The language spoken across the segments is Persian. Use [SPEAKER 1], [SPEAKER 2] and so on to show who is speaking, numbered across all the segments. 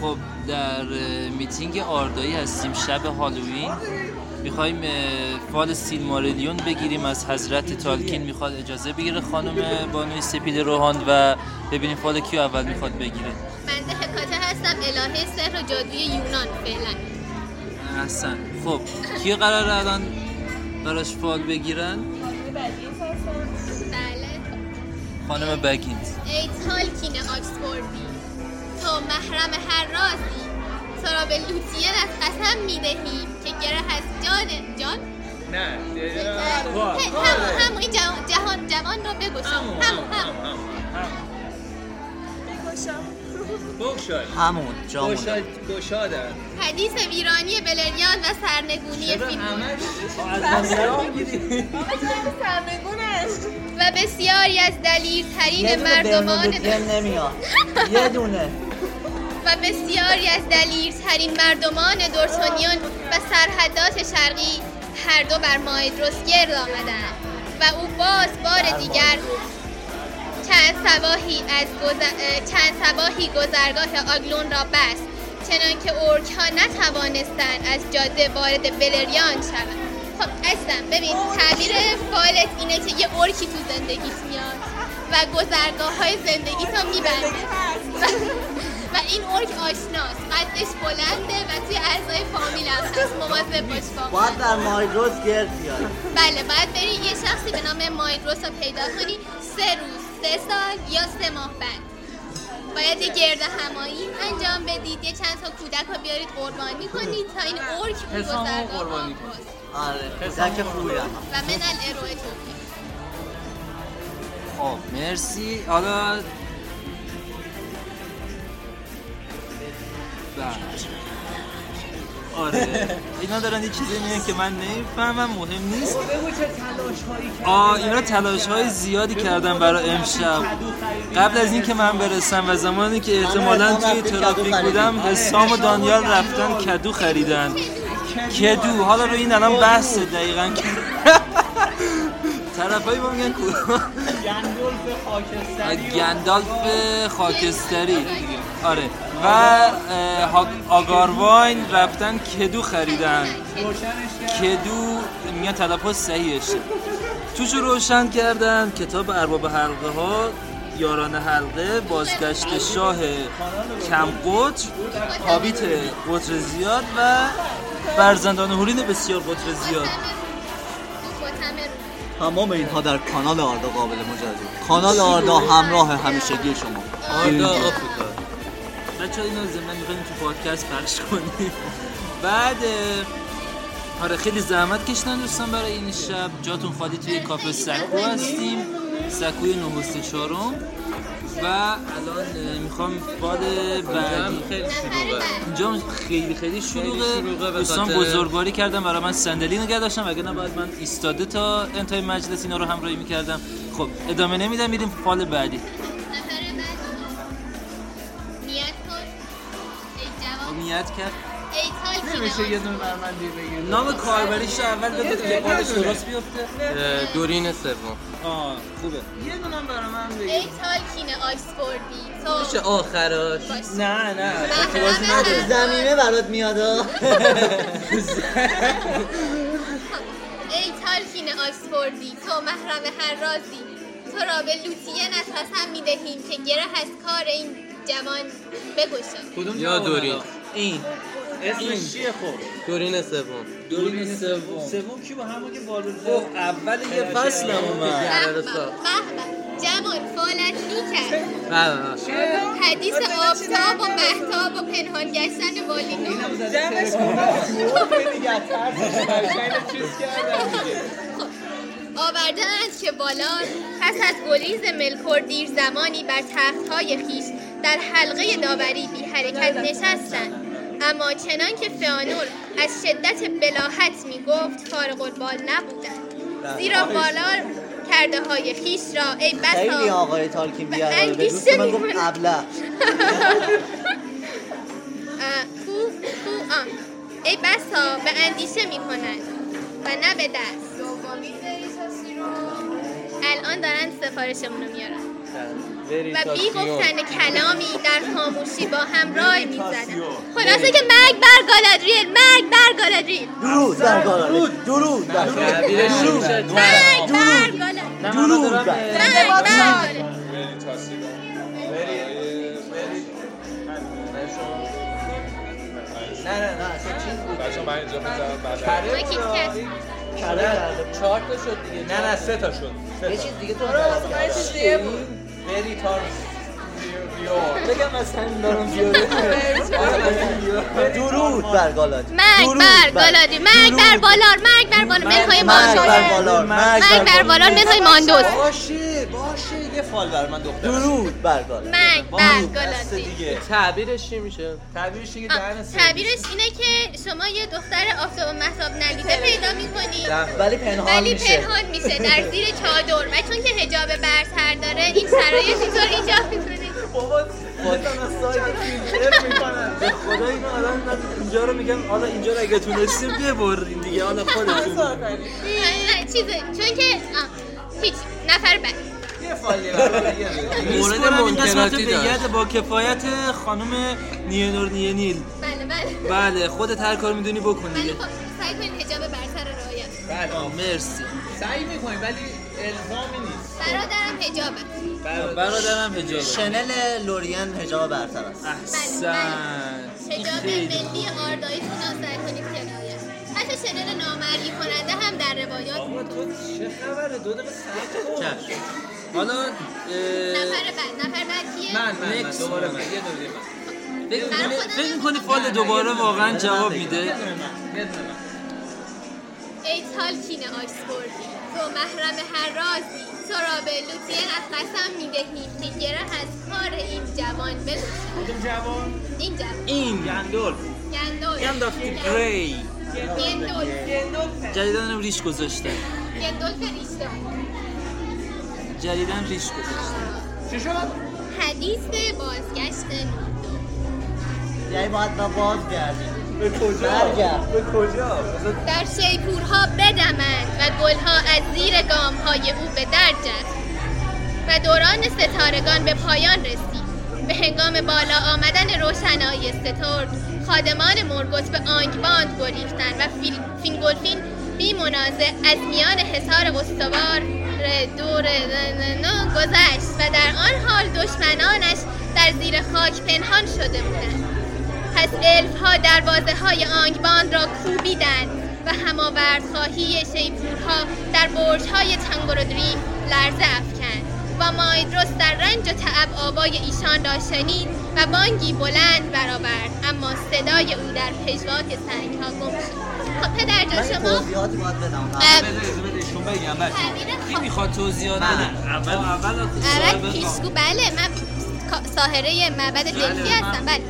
[SPEAKER 1] خب در میتینگ آردایی هستیم شب هالووین میخوایم فال سیلماریلیون بگیریم از حضرت تالکین میخواد اجازه بگیره خانم بانوی سپید روحان و ببینیم فال کیو اول میخواد بگیره
[SPEAKER 2] بنده حکاته هستم الهه سحر و جادوی یونان فعلا
[SPEAKER 1] حسن خب کی قرار الان براش فال بگیرن
[SPEAKER 2] بله
[SPEAKER 1] خانم بگینز
[SPEAKER 2] ای تالکین آکسفوردی تو محرم هر رازی تو را به لوتین از قسم میدهیم که گره از جان جان
[SPEAKER 3] نه
[SPEAKER 2] همون همون این جوان جهان جوان را بگشا خب، همون همون
[SPEAKER 3] بگشاد
[SPEAKER 4] همون جامون
[SPEAKER 3] گشاد گشادن
[SPEAKER 2] حدیث ویرانی بلریان و سرنگونی فیلمون
[SPEAKER 3] همش از همسرا
[SPEAKER 2] و بسیاری از
[SPEAKER 4] یه
[SPEAKER 2] دلیرترین
[SPEAKER 4] دونه
[SPEAKER 2] مردمان
[SPEAKER 4] برنودوتیم نمیاد یه دونه
[SPEAKER 2] و بسیاری از دلیرترین مردمان دورتونیون و سرحدات شرقی هر دو بر مایدروس گرد آمدند و او باز بار دیگر چند سباهی از گذر... اه، چند سباهی گذرگاه آگلون را بست چنان که اورک ها نتوانستند از جاده وارد بلریان شوند خب عزیزم ببین تعبیر فالت اینه که یه اورکی تو زندگیت میاد و گذرگاه های زندگیت رو میبنده و... و این اورک آشناست قدش بلنده و توی اعضای فامیل هم هست مواظب باش فامیل
[SPEAKER 4] باید در مایدروز گرد بیاد
[SPEAKER 2] بله باید بری یه شخصی به نام مایدروس رو پیدا کنی سه روز سه سال یا سه ماه بعد باید یه گرد همایی انجام بدید یه چند تا کودک رو بیارید قربانی کنید تا این اورک اون
[SPEAKER 3] حسام رو
[SPEAKER 2] گذرگاه
[SPEAKER 3] قربانی
[SPEAKER 2] آب باشه.
[SPEAKER 4] آره کودک خوبیم
[SPEAKER 2] و من الارو توفیق
[SPEAKER 1] خب مرسی حالا بله. آره اینا دارن یه چیزی میگن که من نمیفهمم مهم نیست آ اینا تلاش های زیادی کردن برای امشب قبل از اینکه من برسم و زمانی که احتمالا توی ترافیک بودم حسام و دانیال رفتن آره. کدو خریدن کدو حالا رو این الان بحثه دقیقا طرفایی با میگن کو
[SPEAKER 3] گندولف خاکستری و-
[SPEAKER 1] گندالف خاکستری آره و اه، ها- آگارواین رفتن کدو خریدن
[SPEAKER 3] روشنش کرد
[SPEAKER 1] کدو میگن تلفظ صحیحشه توش رو روشن کردن کتاب ارباب حلقه ها یاران حلقه بازگشت شاه کم قطر هابیت قطر زیاد و فرزندان هورین بسیار قطر زیاد
[SPEAKER 2] خاتم رو
[SPEAKER 4] تمام اینها در کانال آردا قابل مجازی کانال آردا همراه همیشگی شما
[SPEAKER 1] آردا آفریقا بچه ها اینو ضمن میخوایم تو پادکست پخش کنیم بعد اه، آره خیلی زحمت کشیدن دوستان برای این شب جاتون خالی توی کافه سکو هستیم سکوی نهست چهارم و الان اه، میخوام باد بعدی
[SPEAKER 3] هم خیلی شلوغه
[SPEAKER 1] اینجا هم خیلی خیلی
[SPEAKER 3] شلوغه
[SPEAKER 1] شلوغه
[SPEAKER 3] به
[SPEAKER 1] دوستان
[SPEAKER 3] خاطر-
[SPEAKER 1] بزرگواری کردن برای من صندلی نگه داشتم وگرنه باید من ایستاده تا انتهای مجلس اینا رو همراهی میکردم خب ادامه نمیدم میریم فال بعدی
[SPEAKER 2] نفر بعد نیت کن ای جوان
[SPEAKER 1] امنیت کرد
[SPEAKER 2] ای تالکین
[SPEAKER 3] میشه یه
[SPEAKER 2] آکسفورد.
[SPEAKER 3] دونه برمندی بگیر
[SPEAKER 1] نام کاربریش اول بده که قابش درست بیفته
[SPEAKER 5] دورین سوم
[SPEAKER 1] آه خوبه
[SPEAKER 3] یه دونه هم برای من
[SPEAKER 2] ای
[SPEAKER 3] بگیر
[SPEAKER 2] تالکین آکسفوردی تو
[SPEAKER 5] چه آخراش
[SPEAKER 2] باش بله،
[SPEAKER 3] نه نه
[SPEAKER 2] محرم
[SPEAKER 4] آره.
[SPEAKER 2] هر راز.
[SPEAKER 4] زمینه برات میاد آه.
[SPEAKER 2] ای تالکین آکسفوردی تو محرم هر رازی تو را به لوتین از قسم میدهیم که گره از کار این جوان بگشا
[SPEAKER 3] کدوم
[SPEAKER 5] یا دورین
[SPEAKER 1] این
[SPEAKER 3] اسمش چیه خب
[SPEAKER 5] دورین سوم
[SPEAKER 1] دورین سوم
[SPEAKER 3] سوم کی با همون که
[SPEAKER 1] خب
[SPEAKER 3] بالوزه
[SPEAKER 1] اول یه فصل اومد
[SPEAKER 5] در
[SPEAKER 2] به به
[SPEAKER 5] رسا.
[SPEAKER 2] به. جوان فالت میکرد
[SPEAKER 5] بله
[SPEAKER 2] حدیث آفتاب و محتاب و پنهان گشتن والینو
[SPEAKER 3] جمعش چیز کردم
[SPEAKER 2] آورده اند که بالا پس از گریز ملکور دیر زمانی بر تخت های خیش در حلقه داوری بی حرکت نشستند اما چنان که فیانور از شدت بلاحت می گفت فارغ البال نبودند زیرا بالا کرده های خیش را ای
[SPEAKER 4] خیلی
[SPEAKER 2] بسا
[SPEAKER 4] آقای تالکین بیاد
[SPEAKER 2] من
[SPEAKER 4] به دوست
[SPEAKER 2] گیسه
[SPEAKER 4] من گفت
[SPEAKER 2] می‌کنم.
[SPEAKER 4] ابله
[SPEAKER 2] اه، کو کو آن ای بسا به اندیشه می کنند و نه به دست الان دارن سفارشمون رو میارن و بی گفتن کلامی در خاموشی با هم رای میزدن خلاصه که مرگ بر گالادریل مرگ بر گالادریل
[SPEAKER 4] درود در درود درود در
[SPEAKER 5] تحویل شمشاد
[SPEAKER 2] مرگ بر گالادریل
[SPEAKER 4] درود در
[SPEAKER 2] مرگ بر گالادریل
[SPEAKER 6] بچه من اینجا بزنم بعد
[SPEAKER 2] ما کیت کت.
[SPEAKER 5] چهار تا شد دیگه
[SPEAKER 3] نه نه سه تا شد سه تا بری تار
[SPEAKER 4] درود بر گالات
[SPEAKER 2] مرگ بر گالادریل مرگ بر بالار مرگ بر بالار منهای
[SPEAKER 4] مرگ بر
[SPEAKER 2] ماندوس
[SPEAKER 4] بالار
[SPEAKER 2] مرگ بر بالار منهای ماندوس
[SPEAKER 4] باشه باشه یه فال بر من دختر درود بر گالات
[SPEAKER 2] مرگ بر گالادریل
[SPEAKER 4] دیگه
[SPEAKER 5] تعبیرش چی میشه
[SPEAKER 3] تعبیرش دیگه
[SPEAKER 2] آه،
[SPEAKER 3] دهن سه
[SPEAKER 2] تعبیرش اینه که شما یه دختر آفتاب و محتاب ندیده پیدا میکنید
[SPEAKER 4] ولی پنهان
[SPEAKER 2] ولی
[SPEAKER 4] میشه
[SPEAKER 2] پنهان میشه در زیر چادر و چون که هجاب برتر داره این شرایط اینطور ایجاب میکنه
[SPEAKER 3] بابا مثلا سایت فیلتر میکنن
[SPEAKER 1] به خدا اینو الان من اینجا رو میگم حالا اینجا رو اگه تونستیم ببرین دیگه حالا خودتون
[SPEAKER 2] چیزه چون که آه، هیچ نفر بعد
[SPEAKER 3] یه فالی برای یه دونه.
[SPEAKER 5] مورد
[SPEAKER 1] میسپرم این قسمت رو
[SPEAKER 5] منکراتی
[SPEAKER 1] به
[SPEAKER 5] داشت
[SPEAKER 1] ید با کفایت خانم نینور نینیل
[SPEAKER 2] بله بله
[SPEAKER 1] بله خودت هر کار میدونی بکن
[SPEAKER 2] ولی
[SPEAKER 1] دیگه
[SPEAKER 2] خب سعی کنید هجاب برتر رو رعایت کنید.
[SPEAKER 3] بله
[SPEAKER 1] مرسی
[SPEAKER 3] سعی میکنیم ولی الزامی نیست
[SPEAKER 2] برادرم هجابه
[SPEAKER 1] برادرم حجابه
[SPEAKER 4] شنل لورین هجاب برتر است
[SPEAKER 1] احسن
[SPEAKER 2] هجاب
[SPEAKER 1] خیلی.
[SPEAKER 2] ملی آرداییتون رو سعی کنید که رعایت کنید. حتی شنل نامرئی کننده هم در روایات
[SPEAKER 3] بابا
[SPEAKER 2] بود.
[SPEAKER 3] تو چه خبره دو دقیقه ساعت کن
[SPEAKER 1] چشم. حالا اه،
[SPEAKER 2] نفر بعد نفر بعد کیه؟
[SPEAKER 3] من من من
[SPEAKER 1] Next.
[SPEAKER 3] دوباره من یه دونه
[SPEAKER 1] فکر
[SPEAKER 3] من
[SPEAKER 2] برای
[SPEAKER 1] می‌کنی-
[SPEAKER 2] خودم
[SPEAKER 1] فکر میکنی فال دوباره واقعا جواب میده
[SPEAKER 3] یه دونه من یه دونه من
[SPEAKER 2] ای تالکین آیسبوردی تو محرم هر رازی تو را به لوتین از قسم میدهیم که گره از کار این جوان بلوشد
[SPEAKER 3] کدوم جوان
[SPEAKER 2] این جوان
[SPEAKER 1] این
[SPEAKER 3] گندول
[SPEAKER 2] گندول
[SPEAKER 1] گندالف گری
[SPEAKER 2] گندول
[SPEAKER 1] جدیدن ریش گذاشته
[SPEAKER 2] گندول فریشته
[SPEAKER 1] جدیدن ریش گذاشته
[SPEAKER 3] چی شد
[SPEAKER 2] حدیث بازگشت نوردو
[SPEAKER 4] یعنی باید ما باز گردیم
[SPEAKER 3] به کجا
[SPEAKER 4] برگرد.
[SPEAKER 3] به کجا مثلا
[SPEAKER 2] در شیپورها بدمند و گلها از زیر گامهای او به درج است و دوران ستارگان به پایان رسید به هنگام بالا آمدن روشنایی سترگ خادمان مرگوت به آنگباند گریختند و فیل... فینگولفین بی منازع از میان حصار استوار دور رننو گذشت و در آن حال دشمنانش در زیر خاک پنهان شده بودند پس الف ها دروازه های آنگباند را کوبیدند و هماورد خواهی شیپورها در برج های تنگرودریم لرزه افکند و مایدروس در رنج و تعب آوای ایشان را شنید و بانگی بلند برآورد اما صدای او در پژواک سنگ ها گم شد خب پدر
[SPEAKER 4] من
[SPEAKER 2] جان
[SPEAKER 4] یه
[SPEAKER 2] شما
[SPEAKER 4] توضیحاتی باید بدم
[SPEAKER 2] اه،
[SPEAKER 1] بهشون بگم بچه‌ها.
[SPEAKER 2] تعبیر
[SPEAKER 1] بله. کی
[SPEAKER 2] خا-
[SPEAKER 1] میخواد توضیحات
[SPEAKER 5] بله.
[SPEAKER 4] من.
[SPEAKER 1] بده اول اول
[SPEAKER 2] عرب
[SPEAKER 1] صاحب خان.
[SPEAKER 2] آره، پیشگو بله من کا- ساحره معبد دلفی هستم بله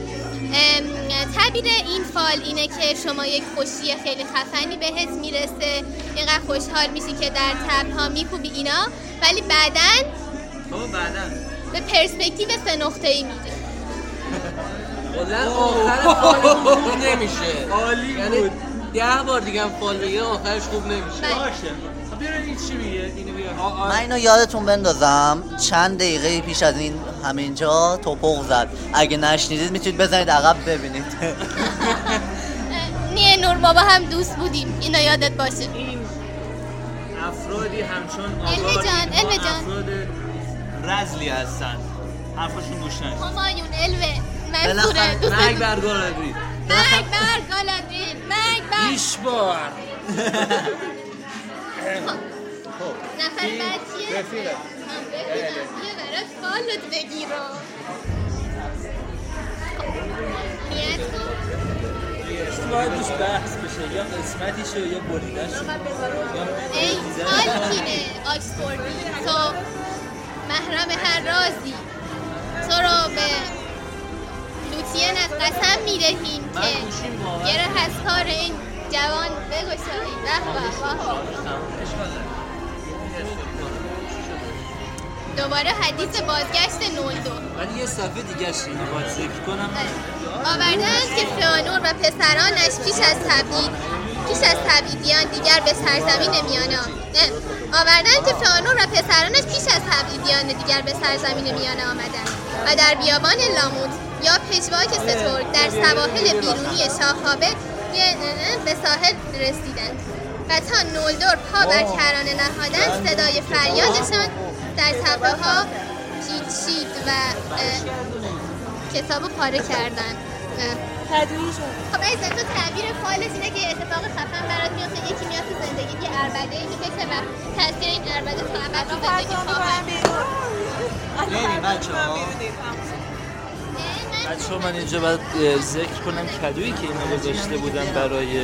[SPEAKER 2] ام، تعبیر این فال اینه که شما یک خوشی خیلی خفنی بهت میرسه اینقدر خوشحال میشی که در تبها میکوبی اینا ولی بعدا
[SPEAKER 5] تو بعدا
[SPEAKER 2] به پرسپکتیو سه نقطه ای میده
[SPEAKER 5] کلا آخر فالش خوب نمیشه
[SPEAKER 3] عالی
[SPEAKER 5] یعنی
[SPEAKER 3] بود.
[SPEAKER 5] ده بار دیگه هم فال بگیره آخرش خوب نمیشه
[SPEAKER 2] بله.
[SPEAKER 3] باشه خب بیرون این چی میگه اینو بیار
[SPEAKER 4] من اینو یادتون بندازم چند دقیقه پیش از این همینجا توپق زد اگه نشنیدید میتونید بزنید عقب ببینید
[SPEAKER 2] اه، نیه نور بابا هم دوست بودیم اینو یادت باشه
[SPEAKER 3] این افرادی همچون آقا
[SPEAKER 2] علمه جان،
[SPEAKER 3] اینها
[SPEAKER 2] علمه جان.
[SPEAKER 3] افراد رزلی هستن حرفشون گوش نکن
[SPEAKER 2] همایون الوه منصوره
[SPEAKER 4] بالاخره،
[SPEAKER 2] دوست
[SPEAKER 3] مرگ
[SPEAKER 2] مرگ
[SPEAKER 3] بر گالادریل
[SPEAKER 2] بر گالادریل مرگ بر
[SPEAKER 1] بیش بار
[SPEAKER 2] نفر بعد کیه؟
[SPEAKER 3] رفیقم.
[SPEAKER 2] من ببینم بیا برات فالت بگیرم نیت کن
[SPEAKER 1] باید روش بحث بشه یا قسمتیشو یا بریدش
[SPEAKER 2] ای آلکینه آکسفوردی تو محرم هر رازی تو رو به لوتین از قسم میدهیم که گره از کار این جوان بگشایی به به به به. دوباره حدیث بازگشت نولدو
[SPEAKER 1] ولی یه صفحه دیگه اینو باید ذکر کنم
[SPEAKER 2] آوردند که فئانور و پسرانش پیش از تبعید پیش از تبعیدیان دیگر به سرزمین میانه آمد- نه، آوردن که فرعون و پسرانش پیش از حبیبیان دیگر به سرزمین میانه آمدند و در بیابان لاموت یا پژواک سترگ در سواحل بیرونی شاهابه به ساحل رسیدند و تا نولدور پا بر کرانه نهادند صدای فریادشان در تپه ها پیچید و اه، کتابو پاره کردن اه. خب عزیزم تو تعبیر فایلش اینه که اتفاق خفن برات میفته یکی میاد تو زندگی یه اربده میکشه و تاثیر این اربده تا ابد تو زندگی خواهد
[SPEAKER 4] بریم بچه‌ها.
[SPEAKER 1] بچه من اینجا باید اه، ذکر کنم کدویی که اینا گذاشته بودن برای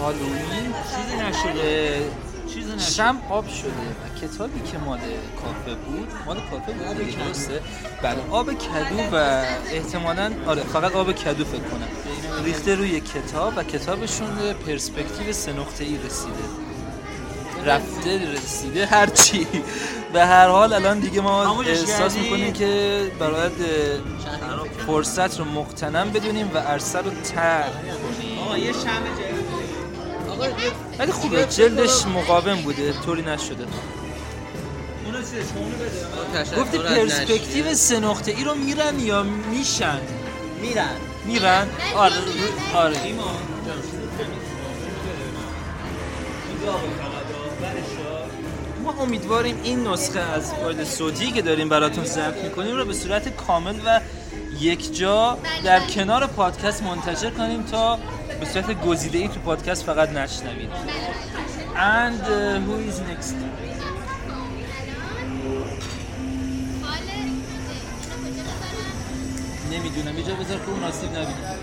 [SPEAKER 1] هالوین چیزی نشده چیزی نشده شم آب شده و کتابی که مال کافه بود مال کافه بود دیگه، درسته بله آب کدو و احتمالا آره فقط آب کدو فکر کنم ریخته روی کتاب و کتابشون به پرسپکتیو سه نقطه ای رسیده رفته رسیده هرچی به هر حال الان دیگه ما احساس میکنیم که برای فرصت رو مقتنم بدونیم و عرصه رو تر
[SPEAKER 3] آقا یه شمع جدید
[SPEAKER 1] ولی
[SPEAKER 3] خب،
[SPEAKER 1] خوبه جلدش مقاوم بوده طوری نشده
[SPEAKER 3] اونو چیزش کن، اونو
[SPEAKER 1] گفتی
[SPEAKER 3] بده
[SPEAKER 1] پرسپکتیو سه نقطه ای رو میرن یا میشن
[SPEAKER 4] میرن
[SPEAKER 1] میرن آره آره ما امیدواریم این نسخه از فایل صوتی که داریم براتون ضبط میکنیم رو به صورت کامل و یکجا در کنار پادکست منتشر کنیم تا به صورت گزیده ای تو پادکست فقط نشنوید and uh, who is next نمیدونم اینجا بذار که اون آسیب نبینه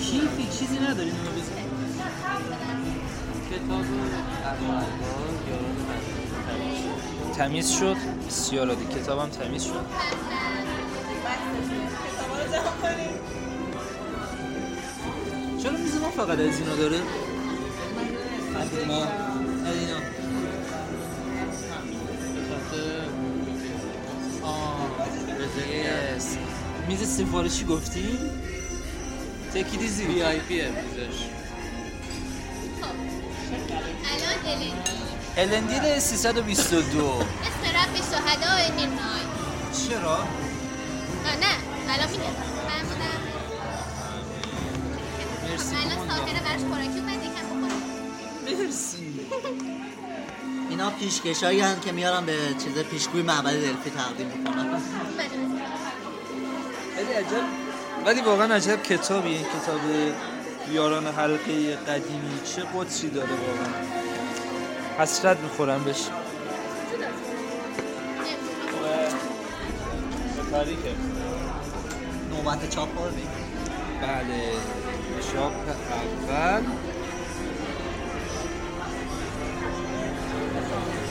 [SPEAKER 1] کیفی چیزی نداری اینو بذار
[SPEAKER 5] کتاب
[SPEAKER 1] تمیز شد بسیار عالی کتابم تمیز شد چرا میز ما فقط از اینا داره؟ از ما از اینا Yes. میز سفارشی گفتی؟ تکی دیزی
[SPEAKER 5] وی آی پی امروزش
[SPEAKER 2] الان الن
[SPEAKER 1] الندیل 322
[SPEAKER 2] اسم رب شهداء نیرنای
[SPEAKER 1] چرا؟
[SPEAKER 2] آه، نه الان میگم من بودم
[SPEAKER 1] مرسی.
[SPEAKER 2] الان ساکره برش خوراکی اومد یکم بخوره
[SPEAKER 1] مرسی
[SPEAKER 4] اینا پیشکشایی هستن که میارن به چیز پیشگوی معبد دلفی تقدیم میکنن
[SPEAKER 2] بله.
[SPEAKER 1] ولی عجب ولی واقعا عجب کتابیه این کتاب یاران حلقه قدیمی چه قدسی داره واقعا حسرت میخورم بهش
[SPEAKER 4] نوبت چاپ رو بگیر.
[SPEAKER 1] بله چاپ اول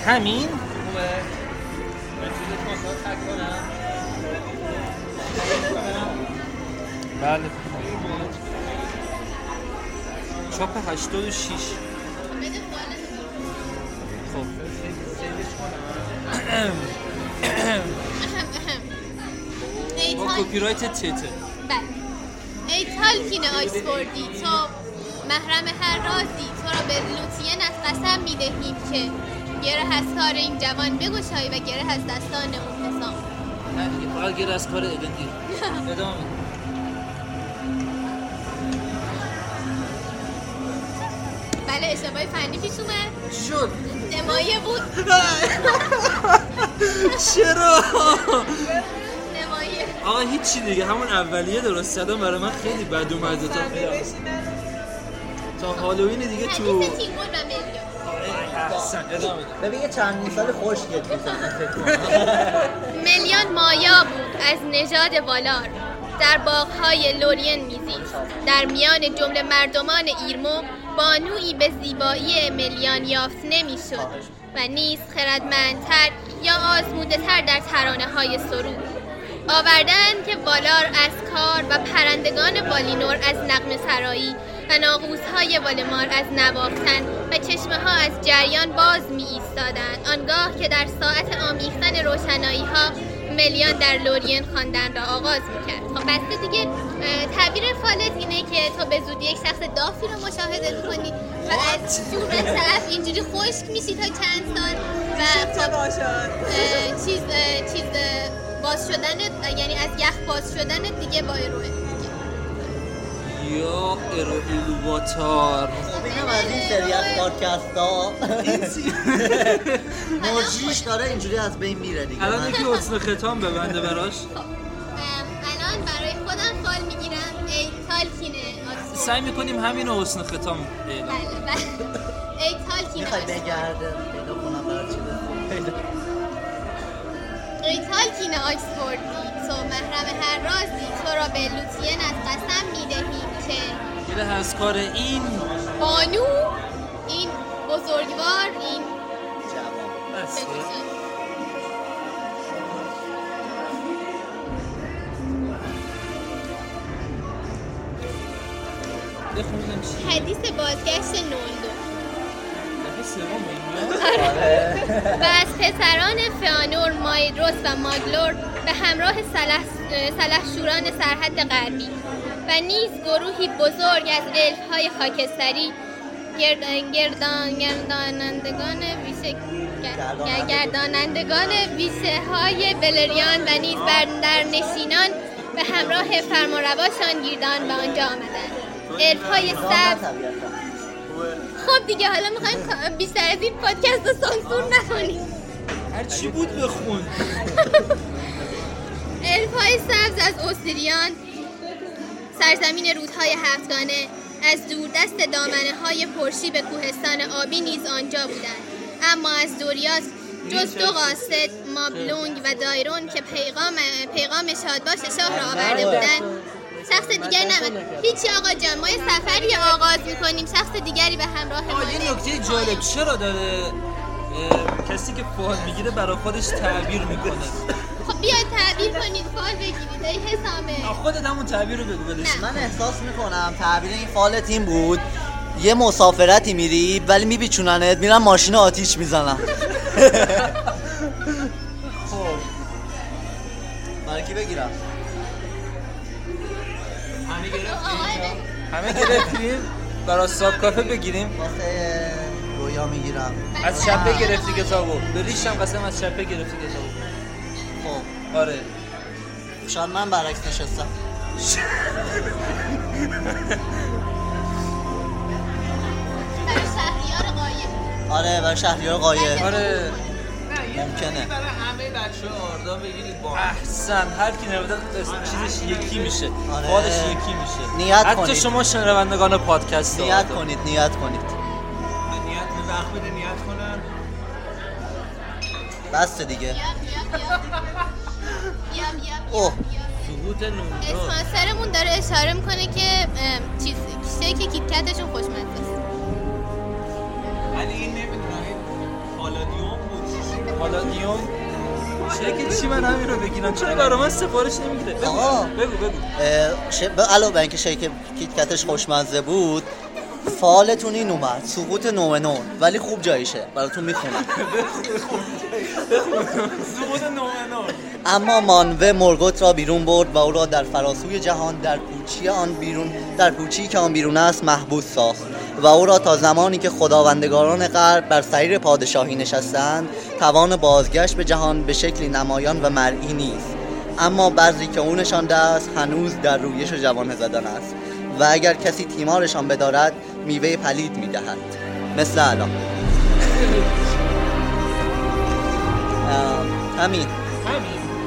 [SPEAKER 1] همین بله چاپ 86 خب
[SPEAKER 2] ای
[SPEAKER 1] با
[SPEAKER 2] تال-
[SPEAKER 1] کپی رایت تته
[SPEAKER 2] بله. ای تالکین آیسفوردی تو محرم هر رازی تو را به لوتین از قسم میدهیم که گره از کار این جوان بگشایی و گره از دستان او حسام
[SPEAKER 1] نه دیگه فقط گیر از کار ایوندی ادامه بده.
[SPEAKER 2] بله اشتباه فنی پیش اومد
[SPEAKER 1] چی شد
[SPEAKER 2] نمایه بود
[SPEAKER 1] چرا
[SPEAKER 2] نمایه
[SPEAKER 1] آقا هیچی دیگه همون اولیه درست صدا برای من خیلی بد اومده تا تا هالوین دیگه
[SPEAKER 2] حدیث
[SPEAKER 1] تو
[SPEAKER 2] تیمون و ملیون
[SPEAKER 1] احسن ادامه بده.
[SPEAKER 4] ببین یه چند سال خوشگل میزنه
[SPEAKER 2] ملیان مایا بود از نژاد والار در باغهای لورین میزیست در میان جمله مردمان ایرمو بانویی به زیبایی ملیان یافت نمیشد و نیز خردمندتر یا آزموده تر در ترانه های سرود آوردن که والار از کار و پرندگان والینور از نقم سرایی و ناقوزهای والمار از نواختن و چشمه ها از جریان باز می ایستادند آنگاه که در ساعت آمیختن روشنایی ها ملیان در لورین خواندن را آغاز میکرد خب بسته دیگه اه، تعبیر فالت اینه که تو به زودی یک شخص دافی رو مشاهده میکنی و از جور به طرف اینجوری خشک میشی تا چند سال و خب اه، چیز اه، چیز اه، باز شدن یعنی از یخ باز شدن دیگه با اروه
[SPEAKER 1] یا ارائیلواتار
[SPEAKER 4] خب، اینم از این سری از پادکست ها نوشیش داره اینجوری از بین میره دیگه
[SPEAKER 1] الان
[SPEAKER 4] من
[SPEAKER 1] یکی حسن ختام ببنده براش
[SPEAKER 2] خب ام، الان برای خودم فال میگیرم ای تالکین آکسفورد.
[SPEAKER 1] سعی میکنیم همین رو حسن ختام اعلام
[SPEAKER 2] بله بله ای تالکین
[SPEAKER 4] میخوای
[SPEAKER 2] آکسفورد.
[SPEAKER 4] بگرده پیدا کنم برای چی بگم.
[SPEAKER 2] ای تالکین آکسفوردی تو محرم هر رازی تو را به لوتین از قسم میدهیم که
[SPEAKER 1] گله از کار این
[SPEAKER 2] بانو این بزرگوار این
[SPEAKER 4] جواب.
[SPEAKER 1] بخونم چی
[SPEAKER 2] حدیث بازگشت نولدو
[SPEAKER 1] دفعه سوم میگم.
[SPEAKER 2] و از پسران فانور، مایدروس و ماگلور به همراه سلح, سلحشوران سرحد غربی و نیز گروهی بزرگ از الف های خاکستری گردان گردان گردانندگان ویشه گر- گردانندگان ویشه های بلریان و نیز بر نشینان به همراه فرمانرواشان گیردان به آنجا آمدند الف های
[SPEAKER 4] نه
[SPEAKER 2] سبز
[SPEAKER 4] طبیعتا.
[SPEAKER 2] خب دیگه حالا میخوایم بیشتر از این پادکست رو سانسور نکنیم
[SPEAKER 1] هر چی بود بخون
[SPEAKER 2] الفای سبز از اوسیریان سرزمین رودهای هفتگانه از دوردست دامنه های پرشیب کوهستان آبی نیز آنجا بودند اما از دوریاس جز دو قاصد مابلونگ و دایرون که پیغام پیغام شادباش شاه را آورده بودند شخص دیگری نمد هیچی آقا جان ما یه سفری آغاز میکنیم شخص دیگری به همراه ما
[SPEAKER 1] آه، یه نکته
[SPEAKER 2] نمی‌آید.
[SPEAKER 1] جالب چرا داره اه، کسی که فال میگیره برای خودش تعبیر میکنه
[SPEAKER 2] خب بیاید تعبیر کنید فال بگیرید ای حسامه
[SPEAKER 1] خودت همون تعبیر رو بگو ولش
[SPEAKER 4] من احساس میکنم تعبیر این فال تیم بود یه مسافرتی میری ولی میبیچوننت میرن ماشین آتیش میزنن خب برای کی بگیرم
[SPEAKER 2] آقای به-
[SPEAKER 1] همه گرفتیم برای ساب کافه بگیریم
[SPEAKER 4] واسه رویا میگیرم
[SPEAKER 1] از شپه گرفتی کتابو به ریشم قسم از شپه گرفتی کتابو
[SPEAKER 4] خب
[SPEAKER 1] آره
[SPEAKER 4] شاید من برعکس نشستم
[SPEAKER 2] برای شهریار قایم
[SPEAKER 4] آره برای شهریار قایه
[SPEAKER 1] آره
[SPEAKER 4] ممکنه
[SPEAKER 5] برای همه بچه آردا بگیرید با
[SPEAKER 1] احسن هر کی نمیده چیزش یکی میشه
[SPEAKER 4] آره.
[SPEAKER 1] حالش یکی میشه
[SPEAKER 4] نیت
[SPEAKER 1] حتی
[SPEAKER 4] کنید.
[SPEAKER 1] شما شنوندگان پادکست
[SPEAKER 4] نیت
[SPEAKER 1] آدم.
[SPEAKER 4] کنید نیت کنید
[SPEAKER 3] به نیت به وقت بده نیت کنن
[SPEAKER 4] بسته دیگه
[SPEAKER 2] بیام بیام بیام بیام بیام
[SPEAKER 4] اوه.
[SPEAKER 2] بیام بیام.
[SPEAKER 5] سقوط نورداد
[SPEAKER 2] اسپانسرمون داره اشاره میکنه که ام، چیز کیسه که کیتکتشون خوشمزه است
[SPEAKER 3] ولی این نمیدونم این پالادیوم بود چیزی بود.
[SPEAKER 1] حالا نیون چه که چی من همین رو بگیرم چرا برای من سفارش نمیگیره
[SPEAKER 4] آقا.
[SPEAKER 1] بگو بگو بگو
[SPEAKER 4] اه، ش... به علاوه بر اینکه شیک کیتکتش خوشمزه بود فالتون این اومد سقوط نومنون ولی خوب جایشه براتون میخونم
[SPEAKER 3] زبون نومنور
[SPEAKER 4] اما مانوه مرگوت را بیرون برد و او را در فراسوی جهان در پوچی آن بیرون در پوچی که آن بیرون است محبوس ساخت و او را تا زمانی که خداوندگاران غرب بر سریر پادشاهی نشستند توان بازگشت به جهان به شکلی نمایان و مرئی نیست اما بعضی که او نشانده است هنوز در رویش و جوانه زدن است و اگر کسی تیمارشان بدارد میوه پلید میدهد مثل الان اه، همین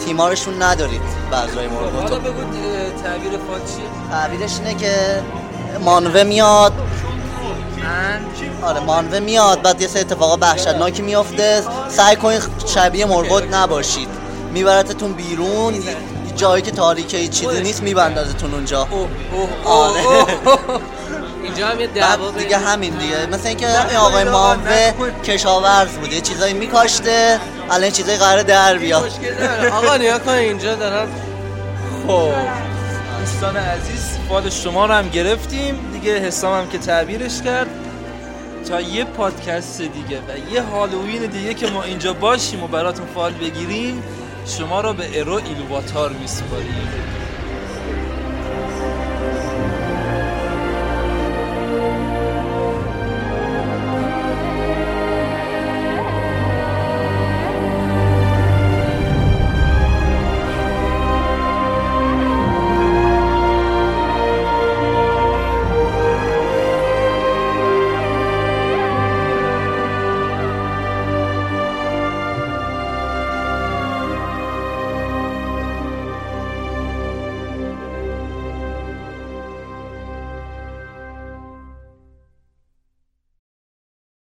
[SPEAKER 4] تیمارشون ندارید بعضای مورد
[SPEAKER 1] حالا بگو اه، تعبیر فال چیه
[SPEAKER 4] تعبیرش اینه که مانوه میاد آره مانوه میاد بعد یه سری اتفاقا وحشتناکی میافته سعی کنید شبیه مرگوت نباشید میبرتتون بیرون یه جایی که تاریکه هیچ چیزی نیست میبندازتون اونجا
[SPEAKER 1] اوه اوه
[SPEAKER 4] آره.
[SPEAKER 1] اوه اوه.
[SPEAKER 5] اینجا هم یه دعوا
[SPEAKER 4] بعد دیگه
[SPEAKER 5] بین
[SPEAKER 4] همین دیگه مثل اینکه این آقای مانوه کشاورز بوده یه چیزایی میکاشته الان یه چیزایی قراره در بیاد
[SPEAKER 5] مشکل نداره. آقا نیا کن اینجا دارم
[SPEAKER 1] خب دوستان عزیز فال شما رو هم گرفتیم دیگه حسام هم که تعبیرش کرد تا یه پادکست دیگه و یه هالووین دیگه که ما اینجا باشیم و براتون فال بگیریم شما را به ارو ایلواتار میسپاریم